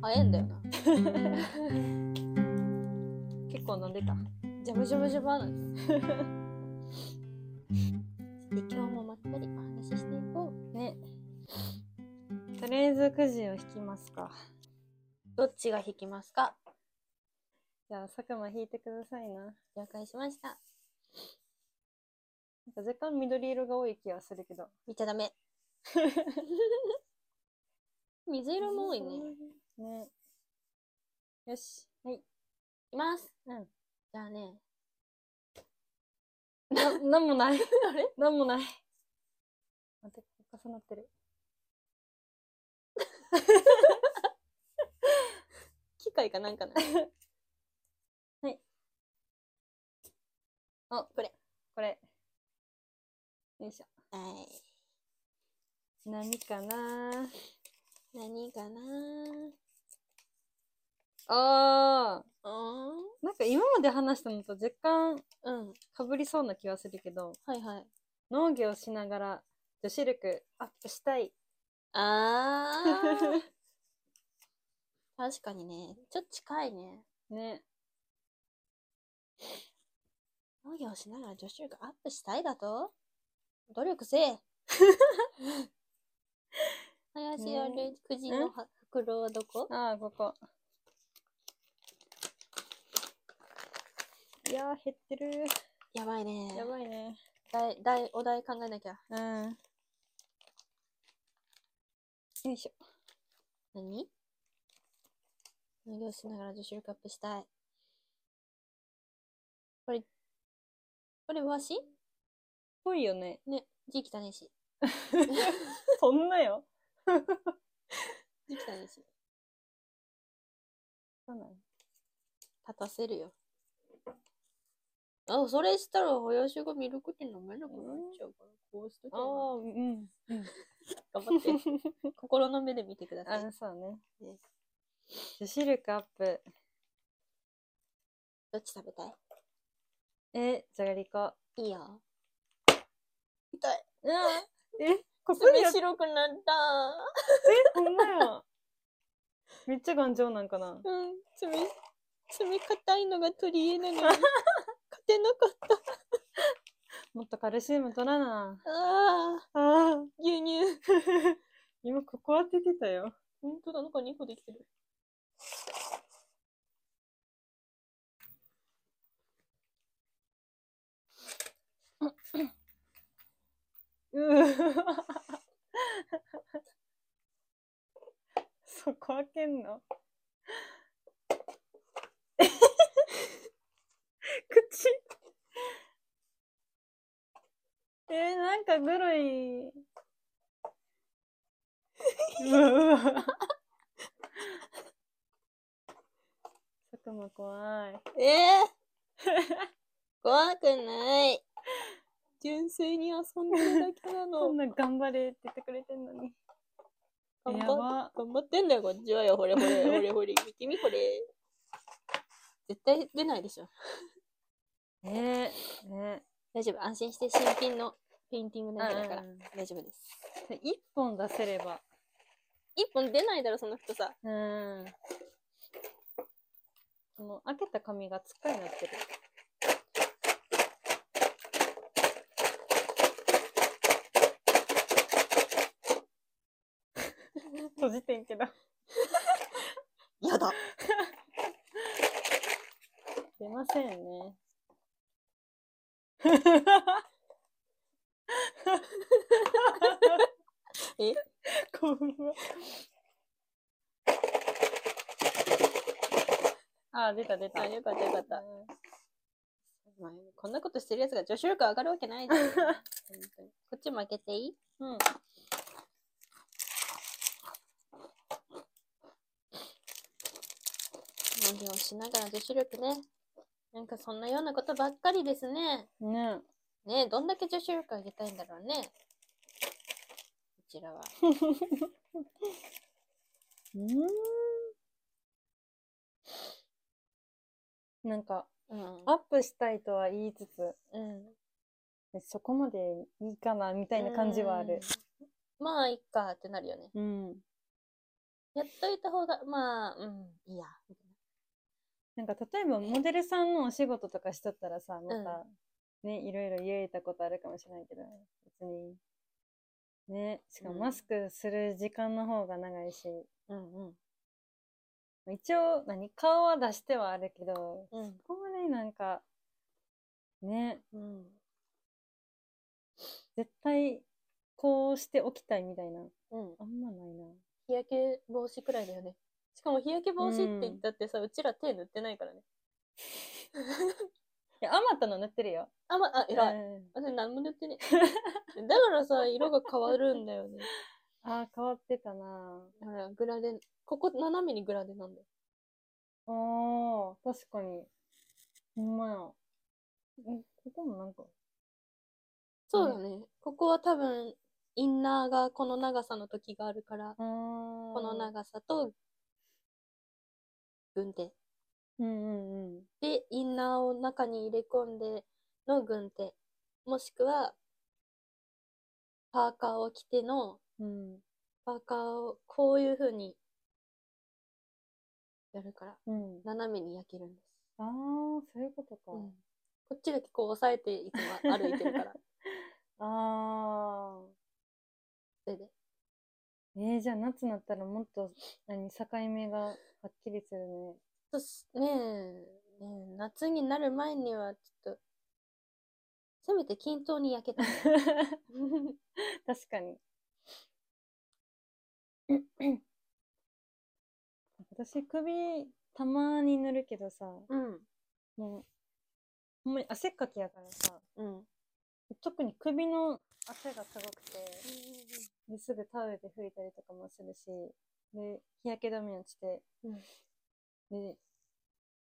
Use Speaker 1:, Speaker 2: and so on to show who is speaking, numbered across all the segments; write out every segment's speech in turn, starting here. Speaker 1: 早いんだよな結構飲んでたジャムジャムジャム なんですで今日もまったりお話ししていこうね
Speaker 2: とりあえずくじを引きますか。
Speaker 1: どっちが引きますか
Speaker 2: じゃあ、佐久間引いてくださいな。なん
Speaker 1: 了解しました
Speaker 2: か若干緑色が多い気はするけど。
Speaker 1: 見ちゃダ メ水色も多いね。
Speaker 2: ね。よし。はい。
Speaker 1: います
Speaker 2: うん。
Speaker 1: じゃあね
Speaker 2: な、なんも ない。あれなんもない。待って、重なってる。
Speaker 1: 機械か なんかなはいおこれ
Speaker 2: これ。よいしょ。
Speaker 1: はい
Speaker 2: 何かな
Speaker 1: 何かな
Speaker 2: あー。
Speaker 1: うん
Speaker 2: なんか今まで話したのと若干
Speaker 1: うん
Speaker 2: かぶりそうな気はするけど、
Speaker 1: はいはい
Speaker 2: 農業しながら女子力アップしたい。
Speaker 1: あ ー確かにねちょっと近いね
Speaker 2: ね。
Speaker 1: 農業しながら女子力アップしたいだと努力せ え林家るくじのは袋はどこ
Speaker 2: ああ、ここ。いやー、減ってる。
Speaker 1: やばいね
Speaker 2: やばいね。
Speaker 1: だいだいお題考えなきゃ
Speaker 2: うん。よいしょ。
Speaker 1: 何農業しながら女子力アップしたいこれこれわし
Speaker 2: ぽいよね。
Speaker 1: ね字汚いし
Speaker 2: そんなよ。
Speaker 1: 字汚いし
Speaker 2: そうなの
Speaker 1: 立たせるよ。あ、それしたら、林がミルクティー飲めなくなっちゃうから、こうしとけ
Speaker 2: あ
Speaker 1: ば
Speaker 2: あ、うん。
Speaker 1: 頑張って。 心の目で見てください。
Speaker 2: あ、そうね
Speaker 1: ね。
Speaker 2: 女子力アップ。
Speaker 1: どっち食べたい
Speaker 2: え、じゃがりこ。
Speaker 1: いいよ。痛い。
Speaker 2: うん。え、ここに
Speaker 1: 爪
Speaker 2: やっ
Speaker 1: 白くなった。
Speaker 2: ほんまや。めっちゃ頑丈なんかな。
Speaker 1: うん、爪、爪硬いのが取り 柄なのに。勝てなかった。
Speaker 2: もっとカルシウム取らな。
Speaker 1: ああ、
Speaker 2: ああ。
Speaker 1: 牛乳。
Speaker 2: 今ここ当ててたよ。
Speaker 1: 本当だ、なんか2個できてる。
Speaker 2: うーそこ開けんの 口えー、なんかグロい。うわうわ。 佐久間怖い。
Speaker 1: ええ 怖くない。純粋に遊んでるだけな
Speaker 2: こ
Speaker 1: の
Speaker 2: ん。な頑張れって言ってくれてんのに。
Speaker 1: 頑
Speaker 2: や
Speaker 1: 張っ
Speaker 2: ば。
Speaker 1: 頑張ってんだよ、こっちはよ。ほれほ れ、ほれほれ。見てみ、これ。絶対出ないでしょ。
Speaker 2: えー、ね。
Speaker 1: 大丈夫。安心して新品のペインティングだけだから
Speaker 2: うんうんうん。
Speaker 1: 大丈夫です。
Speaker 2: で一本出せれば。
Speaker 1: 一本出ないだろ、その太さ。
Speaker 2: うん。この開けた紙がつっかにな ってる。閉じてんけど。
Speaker 1: やだ。
Speaker 2: 出ません ね。
Speaker 1: え
Speaker 2: こんばんはあ、出た出た。
Speaker 1: あよかったよかった
Speaker 2: うん
Speaker 1: まあこんなことしてるやつが女子力上がるわけないじゃん。本当にこっちも開けていい
Speaker 2: うん。
Speaker 1: 農業をしながら女子力ね。なんかそんなようなことばっかりですね。
Speaker 2: ね
Speaker 1: ねえ、どんだけ女子力上げたいんだろうね。こち らは。
Speaker 2: うん。なんか、
Speaker 1: うん。
Speaker 2: アップしたいとは言いつつ、
Speaker 1: うん。
Speaker 2: そこまでいいかな、みたいな感じはある。
Speaker 1: うん。まあ、いっかってなるよね。
Speaker 2: うん。
Speaker 1: やっといた方が、まあ、うん、いいや。みたい
Speaker 2: なんか例えばモデルさんのお仕事とかしとったらさ、また、ね、いろいろ言えたことあるかもしれないけど、別に。ね、しかも
Speaker 1: うん
Speaker 2: マスクする時間の方が長いし、
Speaker 1: なうんうん。
Speaker 2: 一応、何、顔は出してはあるけど、
Speaker 1: うん
Speaker 2: そこまでなんか、ね、
Speaker 1: うん。
Speaker 2: 絶対こうしておきたいみたいな、
Speaker 1: うん。
Speaker 2: あんまないな。
Speaker 1: 日焼け防止くらいだよね。しかも日焼け防止って言ったってさ、うちら手塗ってないからね。
Speaker 2: いや、余ったの塗ってるよ。
Speaker 1: あ、ま、あ、偉い。
Speaker 2: うん
Speaker 1: 私何も塗ってねえ。 だからさ、色が変わるんだよね。
Speaker 2: ああ、変わってたな
Speaker 1: ほら、グラデ、ここ斜めにグラデなんだよ。
Speaker 2: ああ、確かに。ほんまや。んここもなんか、
Speaker 1: そうだね。ここは多分、インナーがこの長さの時があるから、
Speaker 2: あ
Speaker 1: こ
Speaker 2: こ
Speaker 1: の長さと、軍手。
Speaker 2: うんうんうん。
Speaker 1: で、インナーを中に入れ込んでの軍手。もしくは、パーカーを着ての、
Speaker 2: うん
Speaker 1: パーカーをこういう風に、やるから、
Speaker 2: うん、
Speaker 1: 斜めに焼けるんです。
Speaker 2: ああそういうことか、
Speaker 1: うんこっちだけこう押さえていつも歩いてる から。
Speaker 2: ああ
Speaker 1: それで。
Speaker 2: えー、じゃあ夏になったらもっと何境目がはっきりするね
Speaker 1: とすねえ、ねえ夏になる前にはちょっと、せめて均等に焼けたい。
Speaker 2: 確かに私首たまに塗るけどさ
Speaker 1: うん。
Speaker 2: もうほんまに汗っかきやからさ
Speaker 1: うん。
Speaker 2: 特に首の汗がすごくてですぐタオルで拭いたりとかもするし、で、日焼け止めをして、
Speaker 1: うん
Speaker 2: で、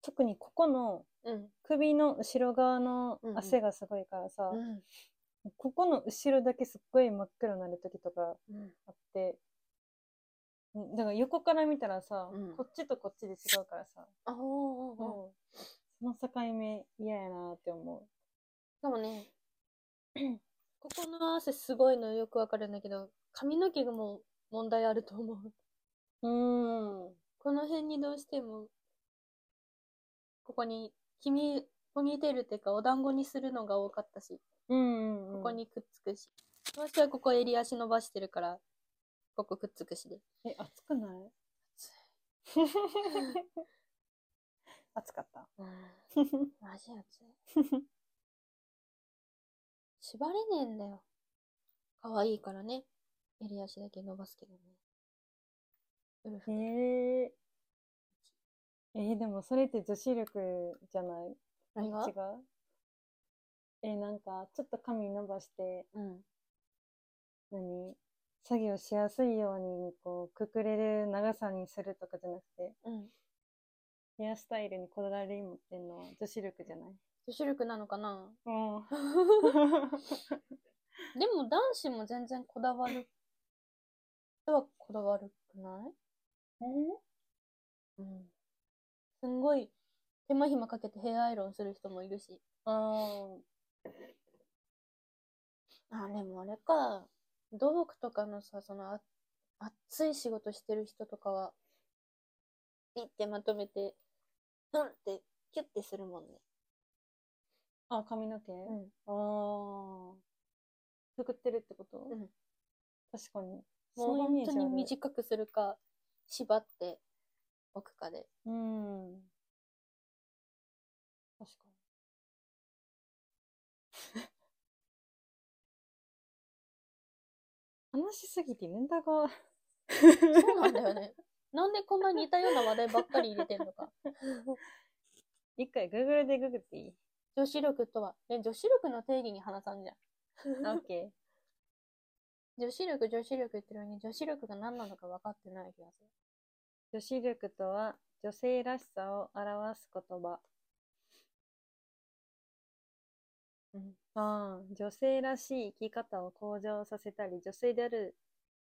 Speaker 2: 特にここの
Speaker 1: うん。
Speaker 2: 首の後ろ側の
Speaker 1: うんうん
Speaker 2: 汗がすごいからさ、
Speaker 1: うん。
Speaker 2: ここの後ろだけすっごい真っ黒になる時とか
Speaker 1: うん。
Speaker 2: あって、うんだから横から見たらさ、
Speaker 1: うん
Speaker 2: こっちとこっちで違うからさ、
Speaker 1: あおーおーおー
Speaker 2: その境目嫌やなって思
Speaker 1: でもね、 ここの汗すごいのよくわかるんだけど、髪の毛がもう問題あると思う。
Speaker 2: う。うん。
Speaker 1: この辺にどうしても、ここに、君、ポニーテールっていうかお団子にするのが多かったし、
Speaker 2: うん、うん。
Speaker 1: ここ。にくっつくし。私はここ襟足伸ばしてるから、ここくっつくしで。
Speaker 2: え、暑くない 暑かった。
Speaker 1: マジ熱い。縛れねえんだよ。可愛いからね。襟足だけ伸ばすけどね。ウル
Speaker 2: へ
Speaker 1: フ。
Speaker 2: ええーでもそれって女子力じゃない
Speaker 1: 何が
Speaker 2: 違うえーなんかちょっと髪伸ばして
Speaker 1: うん。
Speaker 2: 何作業しやすいようにこうくくれる長さにするとかじゃなくて
Speaker 1: うん。
Speaker 2: ヘアスタイルにこだわり持ってんのは女子力じゃない
Speaker 1: 女子力なのかな
Speaker 2: うん
Speaker 1: でも男子も全然こだわる。人はこだわるくないうん。すんごい手間暇かけてヘアアイロンする人もいるし。
Speaker 2: あ
Speaker 1: あ、でもあれか。土木とかのさ、そのあ、熱い仕事してる人とかは、ピッてまとめて、うんって、キュッてするもんね。
Speaker 2: ああ髪の毛、
Speaker 1: ん。
Speaker 2: ああくくってるってこと、
Speaker 1: うん
Speaker 2: 確かに
Speaker 1: もう本当に
Speaker 2: 短
Speaker 1: 短くするか、縛っておくかで。
Speaker 2: うん。確か に。話しすぎてネタが。
Speaker 1: そうなんだよ ね。なんでこんな似たような話題ばっかり入れてんのか。
Speaker 2: 一回 Google でググっていい
Speaker 1: 女子力とは、ね、女子力の定義に話さんじゃん。
Speaker 2: ?OK。
Speaker 1: 女子力、女子力言ってるのに、女子力が何なのか分かってない気がする。
Speaker 2: 女子力とは女性らしさを表す言葉。
Speaker 1: うん
Speaker 2: ああ、女性らしい生き方を向上させたり、女性である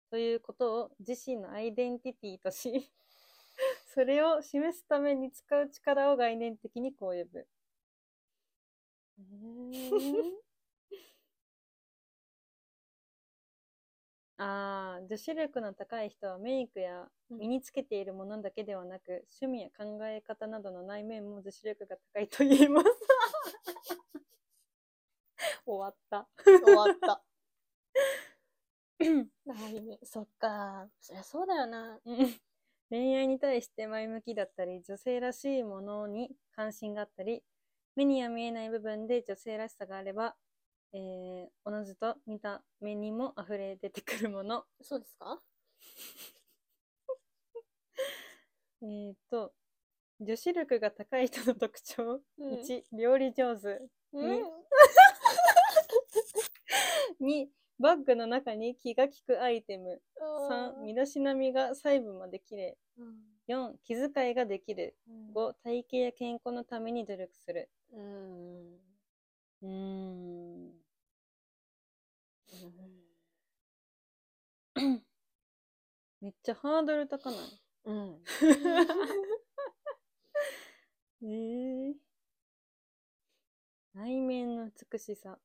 Speaker 2: ということを自身のアイデンティティとし、 それを示すために使う力を概念的にこう呼ぶ。
Speaker 1: うーん
Speaker 2: ああ、女子力の高い人はメイクや
Speaker 1: うん
Speaker 2: 身につけているものだけではなく、趣味や考え方などの内面も女子力が高いと言えます。 終わった。
Speaker 1: 終わ った。内面そっか。そりゃそうだよな。
Speaker 2: 恋愛に対して前向きだったり、女性らしいものに関心があったり、目には見えない部分で女性らしさがあれば、えー、おのずと見た目にも溢れ出てくるもの。
Speaker 1: そうですか
Speaker 2: えー、と、女子力が高い人の特徴。
Speaker 1: うん
Speaker 2: 1、料理上手。
Speaker 1: うん。
Speaker 2: 2、バッグの中に気が利くアイテム。3、
Speaker 1: うん
Speaker 2: 身だしなみが細部まで綺麗。
Speaker 1: うん
Speaker 2: 4、気遣いができる。
Speaker 1: うん
Speaker 2: 5、体型や健康のために努力する。
Speaker 1: うん。うん
Speaker 2: うーん。めっちゃハードル高ない。
Speaker 1: うん。
Speaker 2: えー、内面の美しさ。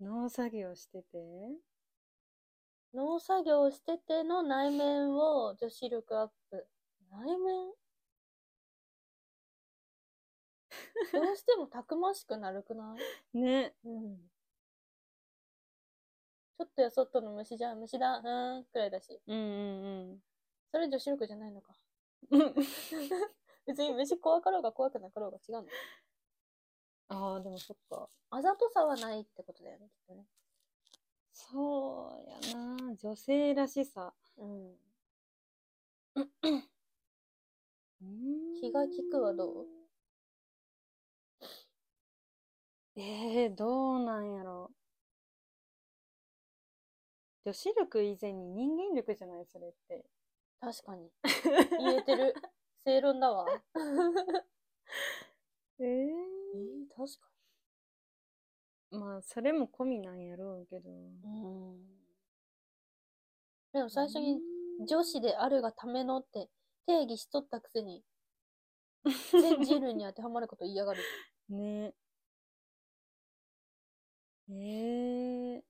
Speaker 2: 農作業してて。
Speaker 1: 農作業してての内面を女子力アップ。内 面どうしてもたくましくなるくない
Speaker 2: ね。
Speaker 1: うん。ちょっとやそっとの虫じゃ虫だ、うーん、くらいだし。
Speaker 2: うんうん
Speaker 1: それ女子力じゃないのか。
Speaker 2: うん。
Speaker 1: 別に虫怖かろうが怖くなかろうが違うの。
Speaker 2: ああ、でもそっか。
Speaker 1: あざとさはないってことだよね、きっとね。
Speaker 2: そうやな。女性らしさ。
Speaker 1: うん。
Speaker 2: うーん
Speaker 1: 気が利くはどう
Speaker 2: えー、どうなんやろ女子力以前に人間力じゃないそれって。
Speaker 1: 確かに。言えて る。正論だわ。
Speaker 2: え
Speaker 1: え
Speaker 2: え
Speaker 1: ー、確か
Speaker 2: まあ、それも込みなんやろうけど。
Speaker 1: に。うん。でも最初に女子であるがためのって定義しとったくせに、全人類に当てはまること言いやがる。
Speaker 2: ね。えー、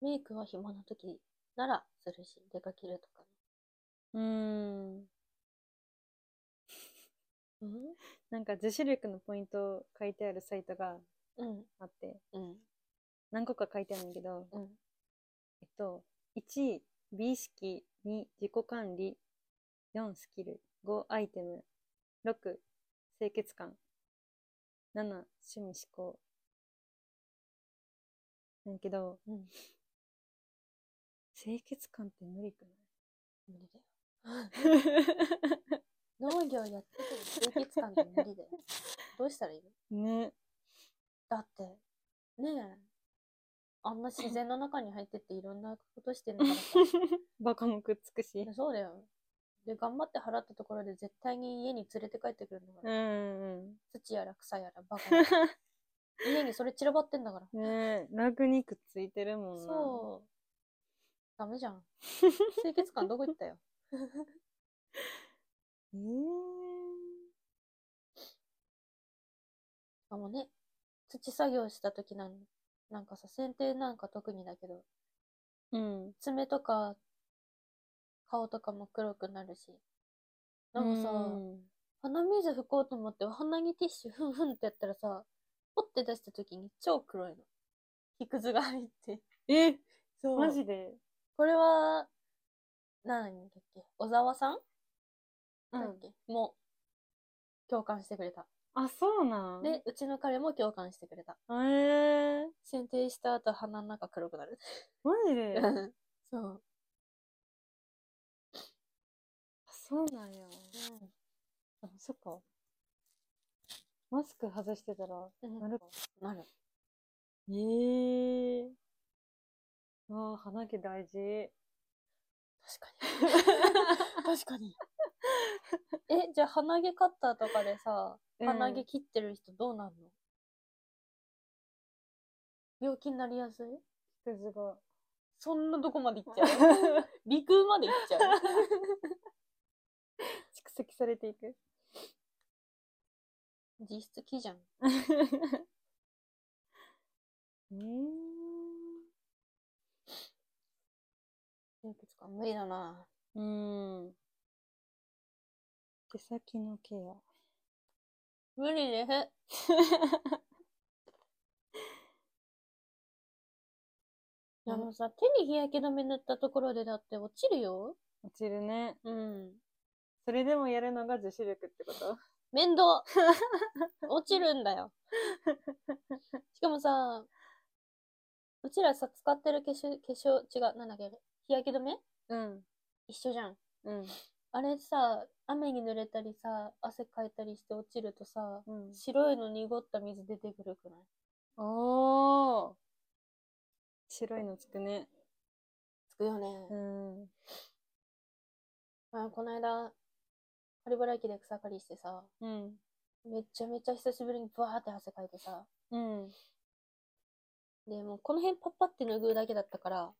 Speaker 1: メイクは暇な時ならするし、出かけるとか。
Speaker 2: うーん。
Speaker 1: うん
Speaker 2: なんか女子力のポイント書いてあるサイトが
Speaker 1: うん。
Speaker 2: あって、
Speaker 1: うん。
Speaker 2: 何個か書いてあるんだけど、
Speaker 1: うん。
Speaker 2: えっと、1、美意識、2、自己管理、4、スキル、5、アイテム、6、清潔感、7、趣味思考。なんやけど、
Speaker 1: うん
Speaker 2: 清潔感って無理か
Speaker 1: 無理だよ。
Speaker 2: な
Speaker 1: 農業やってても清潔感って無理だよ。どうしたらいいの
Speaker 2: ね。
Speaker 1: だって、ねえ。あんな自然の中に入ってっていろんなことしてんだからさ。
Speaker 2: バカもくっつくし
Speaker 1: いや。そうだよ。で、頑張って払ったところで絶対に家に連れて帰ってくるんだから。
Speaker 2: うんう
Speaker 1: 土やら草やらバ カやら家にそれ散らばってんだから。
Speaker 2: ん。ねラグにくっついてるもんな。
Speaker 1: そう。ダメじゃん。清潔感どこ行ったよ。
Speaker 2: う。え
Speaker 1: あもうね、土作業した時なん、なんかさ、剪定なんか特にだけど、
Speaker 2: ー、うん。
Speaker 1: 爪とか、顔とかも黒くなるし。なんかさ、
Speaker 2: うん
Speaker 1: 鼻水拭こうと思って、鼻にティッシュふんふんってやったらさ、ポッて出した時に超黒いの。木くずが入って。
Speaker 2: え
Speaker 1: そう
Speaker 2: マジで
Speaker 1: これは、何だっけ小沢さん、だっけも、共感してくれた。
Speaker 2: あ、そうなん。
Speaker 1: で、うちの彼も共感してくれた。
Speaker 2: えー、
Speaker 1: 剪定した後鼻の中黒くなる。
Speaker 2: マジであ
Speaker 1: そう。
Speaker 2: そうなんや。あそっか。マスク外してたら、
Speaker 1: うん
Speaker 2: なるか。
Speaker 1: なる。
Speaker 2: えー。わあ、鼻毛大事。
Speaker 1: 確かに。確かに。え、じゃあ鼻毛カッターとかでさ、鼻毛切ってる人どうなんの、病気になりやすい
Speaker 2: くずが。
Speaker 1: そんなどこまで行っちゃ う鼻腔まで行っちゃう
Speaker 2: 蓄積されていく。
Speaker 1: 実質木じゃん。
Speaker 2: えー、
Speaker 1: 清潔感無理だな。
Speaker 2: うん。手先のケア。
Speaker 1: 無理です。
Speaker 2: うん
Speaker 1: あのさ、手に日焼け止め塗ったところでだって落ちるよ。
Speaker 2: 落ちるね。
Speaker 1: うん。
Speaker 2: それでもやるのが女子力ってこと
Speaker 1: 面倒落ちるんだよ。しかもさ、うちらさ、使ってる化粧、化粧、違う、なんだっけ、あれ日焼け止め
Speaker 2: うん。
Speaker 1: 一緒じゃん。
Speaker 2: うん。
Speaker 1: あれさ、雨に濡れたりさ、汗かいたりして落ちるとさ、
Speaker 2: うん。
Speaker 1: 白いの濁った水出てくるくない
Speaker 2: おー。白いのつくね。
Speaker 1: つくよね。
Speaker 2: うん。う
Speaker 1: あこの間、カリバラ駅で草刈りしてさ、
Speaker 2: ん。
Speaker 1: めちゃめちゃ久しぶりにブワーって汗かいてさ、
Speaker 2: うん。
Speaker 1: で、もうこの辺パッパって拭うだけだったから、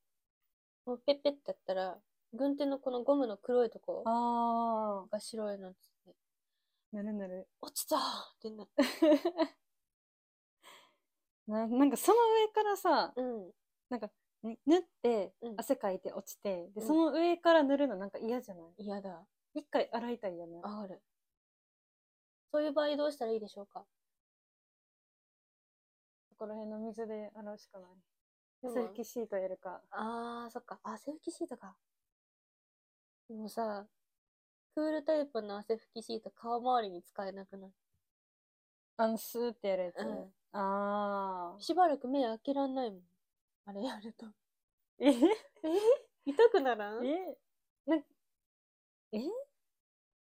Speaker 1: もうペッペッってやったら、軍手のこのゴムの黒いとこ
Speaker 2: あ
Speaker 1: が白いのつって、
Speaker 2: ー。なるなる。
Speaker 1: 落ちたーってな って。
Speaker 2: ななんかその上からさ、
Speaker 1: うん。
Speaker 2: に縫って
Speaker 1: うん、
Speaker 2: 汗かいて落ちて、
Speaker 1: う
Speaker 2: で、
Speaker 1: ん
Speaker 2: その上から塗るのなんか嫌じゃない
Speaker 1: 嫌だ。
Speaker 2: 一回洗いたいよね。
Speaker 1: ある。そういう場合どうしたらいいでしょうか
Speaker 2: そこら辺の水で洗うしかない。
Speaker 1: でも
Speaker 2: セーフキシートやるか。
Speaker 1: あー、そっか。汗拭きシートか。でもさ、クールタイプの汗拭きシート顔周りに使えなくなる。
Speaker 2: あの、スーってやるやつ。
Speaker 1: うん
Speaker 2: あー。
Speaker 1: しばらく目開けらんないもん。あれやると。
Speaker 2: え
Speaker 1: 痛くならん
Speaker 2: えなんえ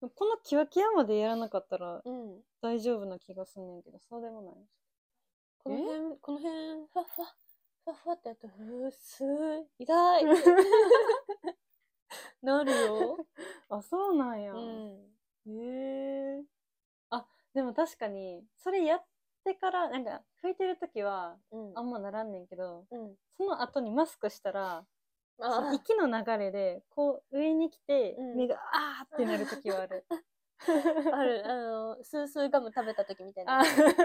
Speaker 2: こんなキワキワまでやらなかったら
Speaker 1: うん。
Speaker 2: 大丈夫な気がすんねんけど、そうでもない。
Speaker 1: この辺、この辺、ふわふわ、ふわふわってやったら、うーすー、 痛いなるよ。
Speaker 2: あ、そうな
Speaker 1: う
Speaker 2: んや。
Speaker 1: ん。
Speaker 2: へえ。あ、でも確かに、それやってから、なんか、拭いてるときは、
Speaker 1: うん。
Speaker 2: あんまならんねんけど、
Speaker 1: うん。
Speaker 2: その後にマスクしたら、その
Speaker 1: あ
Speaker 2: 息の流れで、こう、上に来て
Speaker 1: う、ん
Speaker 2: 目が、あーってなるときはある。
Speaker 1: ある、あの、スースーガム食べた時みたいな。
Speaker 2: あ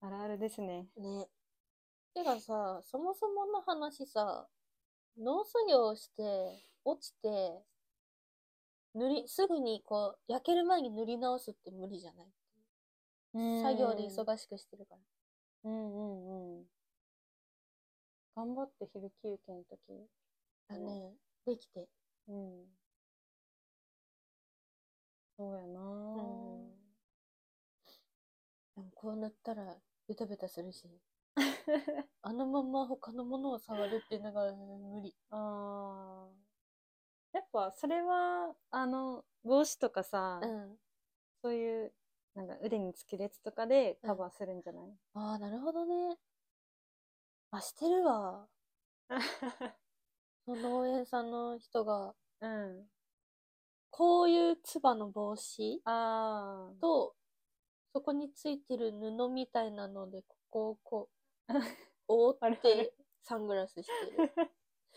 Speaker 2: あるあるですね。
Speaker 1: ね。てかさ、そもそもの話さ、農作業して、落ちて、塗り、すぐにこう、焼ける前に塗り直すって無理じゃない作業で忙しくしてるから。
Speaker 2: うんうんうん。頑張って昼休憩の時。
Speaker 1: だ
Speaker 2: うん
Speaker 1: ね。できて。
Speaker 2: うん。そうやな
Speaker 1: うんでもこう塗ったら、ベタベタする し。あのまんま他のものを触るっていうのが無理。
Speaker 2: あーやっぱそれは、あの、帽子とかさ、
Speaker 1: うん。
Speaker 2: そういう、なんか腕につけるやつとかでカバーするんじ ゃない、
Speaker 1: ああ、なるほどね。あ、してるわ。その農園さんの人が、
Speaker 2: うん。
Speaker 1: こういうつばの帽子
Speaker 2: ああ。
Speaker 1: と、そこについてる布みたいなので、ここをこ う、覆
Speaker 2: あ
Speaker 1: っ
Speaker 2: るあ
Speaker 1: て
Speaker 2: る、
Speaker 1: サングラスしてる。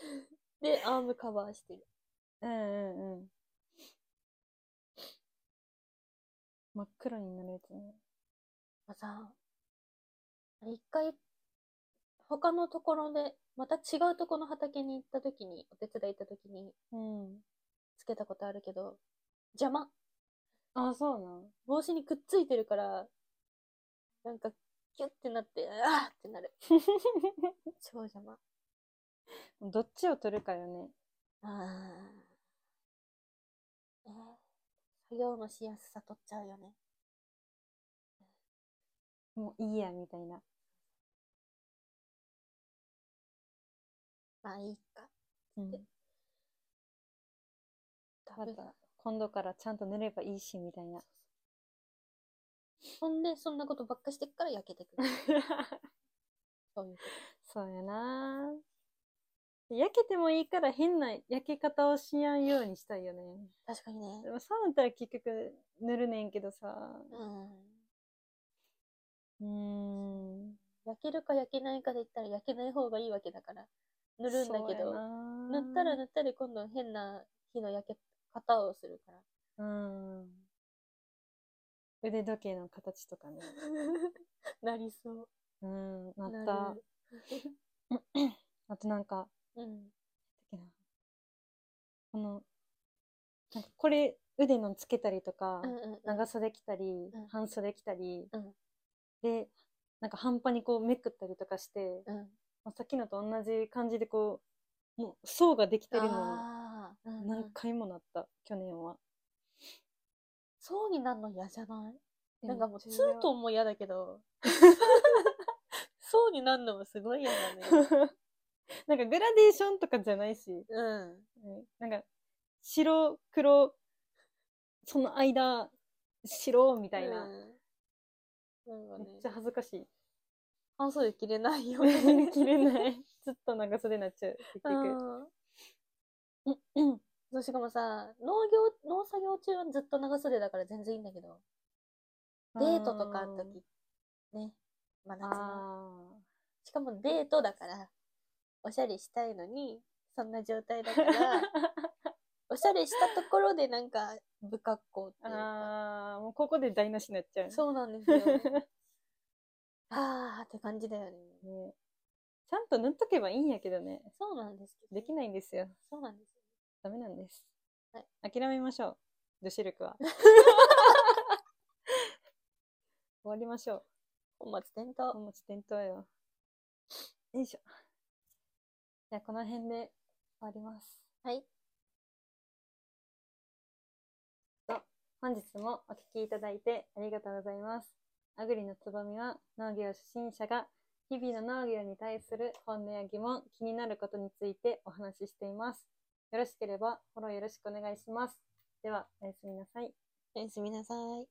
Speaker 1: で、アームカバーしてる。
Speaker 2: うんうんうん。真っ黒になるやつね。
Speaker 1: まあさ、あれ一回、他のところで、また違うところの畑に行った時に、お手伝い行った時に
Speaker 2: うん。
Speaker 1: つけたことあるけど、邪魔。
Speaker 2: あ、そうなん。
Speaker 1: 帽子にくっついてるから、なんか、キュッてなって、あーってなる。超邪魔。
Speaker 2: どっちを取るかよね。
Speaker 1: あー。えー作業のしやすさ取っちゃうよね。
Speaker 2: もういいや、みたいな。
Speaker 1: まあいいか。
Speaker 2: うん
Speaker 1: でダ
Speaker 2: ま
Speaker 1: メだ
Speaker 2: た、今度からちゃんと塗ればいいし、みたい な。
Speaker 1: ほんで、そんなことばっかしてっから焼けてくる。そういうこ
Speaker 2: そうやな焼けてもいいから変な焼け方をしやんようにしたいよね。
Speaker 1: と。確かにね
Speaker 2: で。もそうなったら結局塗るねんけどさ。
Speaker 1: うん。
Speaker 2: うーん。
Speaker 1: 焼けるか焼けないかで言ったら焼けない方がいいわけだから塗るんだけ
Speaker 2: そうや
Speaker 1: ど
Speaker 2: な
Speaker 1: 塗ったら塗ったり今度変な火の焼け型をするから。
Speaker 2: うん。腕時計の形とかね。
Speaker 1: なりそう。
Speaker 2: うん、なっ
Speaker 1: な
Speaker 2: た
Speaker 1: る。
Speaker 2: あとなんか、
Speaker 1: うん。
Speaker 2: なんだっけなこの、なんかこれ、腕のつけたりとか、
Speaker 1: うんうんうん
Speaker 2: 長袖着たり、
Speaker 1: うん
Speaker 2: 半袖着たり、
Speaker 1: うん
Speaker 2: で、なんか半端にこうめくったりとかして、
Speaker 1: うん。
Speaker 2: まあさっきのと同じ感じでこう、もう層ができてるの
Speaker 1: ああ、うんう
Speaker 2: に
Speaker 1: ん
Speaker 2: 何回もなった、去 年は。
Speaker 1: そうになるの嫌じゃないなんかもう、ツート
Speaker 2: と
Speaker 1: ンも嫌だけ ど、そうになるのもすごい嫌だね。
Speaker 2: なんかグラデーションとかじゃないし、
Speaker 1: うん。
Speaker 2: なんか、白、黒、その間、白み
Speaker 1: み
Speaker 2: たいな。
Speaker 1: うん。なんか
Speaker 2: めっ
Speaker 1: ね、
Speaker 2: ちゃ恥ずかしい。
Speaker 1: 半袖着れないよね。
Speaker 2: 着れない。ずっと長袖になっちゃ
Speaker 1: う
Speaker 2: う。
Speaker 1: ん。
Speaker 2: 結局。
Speaker 1: そうしかもさ、農業、農作業中はずっと長袖だから全然いいんだけど、デートとかの時、ね。まあ夏の
Speaker 2: あ
Speaker 1: しかもデートだから、おしゃれしたいのに、そんな状態だ
Speaker 2: ー
Speaker 1: から、おしゃれしたところでなんか、不格好っていうか。
Speaker 2: あー。もうここで台無しになっちゃう。
Speaker 1: そうなんですよ。 あーって感じだよね。
Speaker 2: ねちゃんと塗っとけばいいんやけどね。
Speaker 1: そうなんですけど。
Speaker 2: できないんですよ。
Speaker 1: そうなんですよ。
Speaker 2: ダメなんです。
Speaker 1: はい
Speaker 2: 諦めましょう。女子 力は。終わりましょう。
Speaker 1: 本末転倒。
Speaker 2: 本持ち転倒よ。よいしょ。じゃあ、この辺で終わります。
Speaker 1: はい。
Speaker 2: と、本日もお聞きいただいてありがとうございます。アグリのつぼみは農業初心者が日々の農業に対する本音や疑問、気になることについてお話ししています。よろしければフォローよろしくお願いします。では、おやすみなさい。
Speaker 1: おやすみなさい。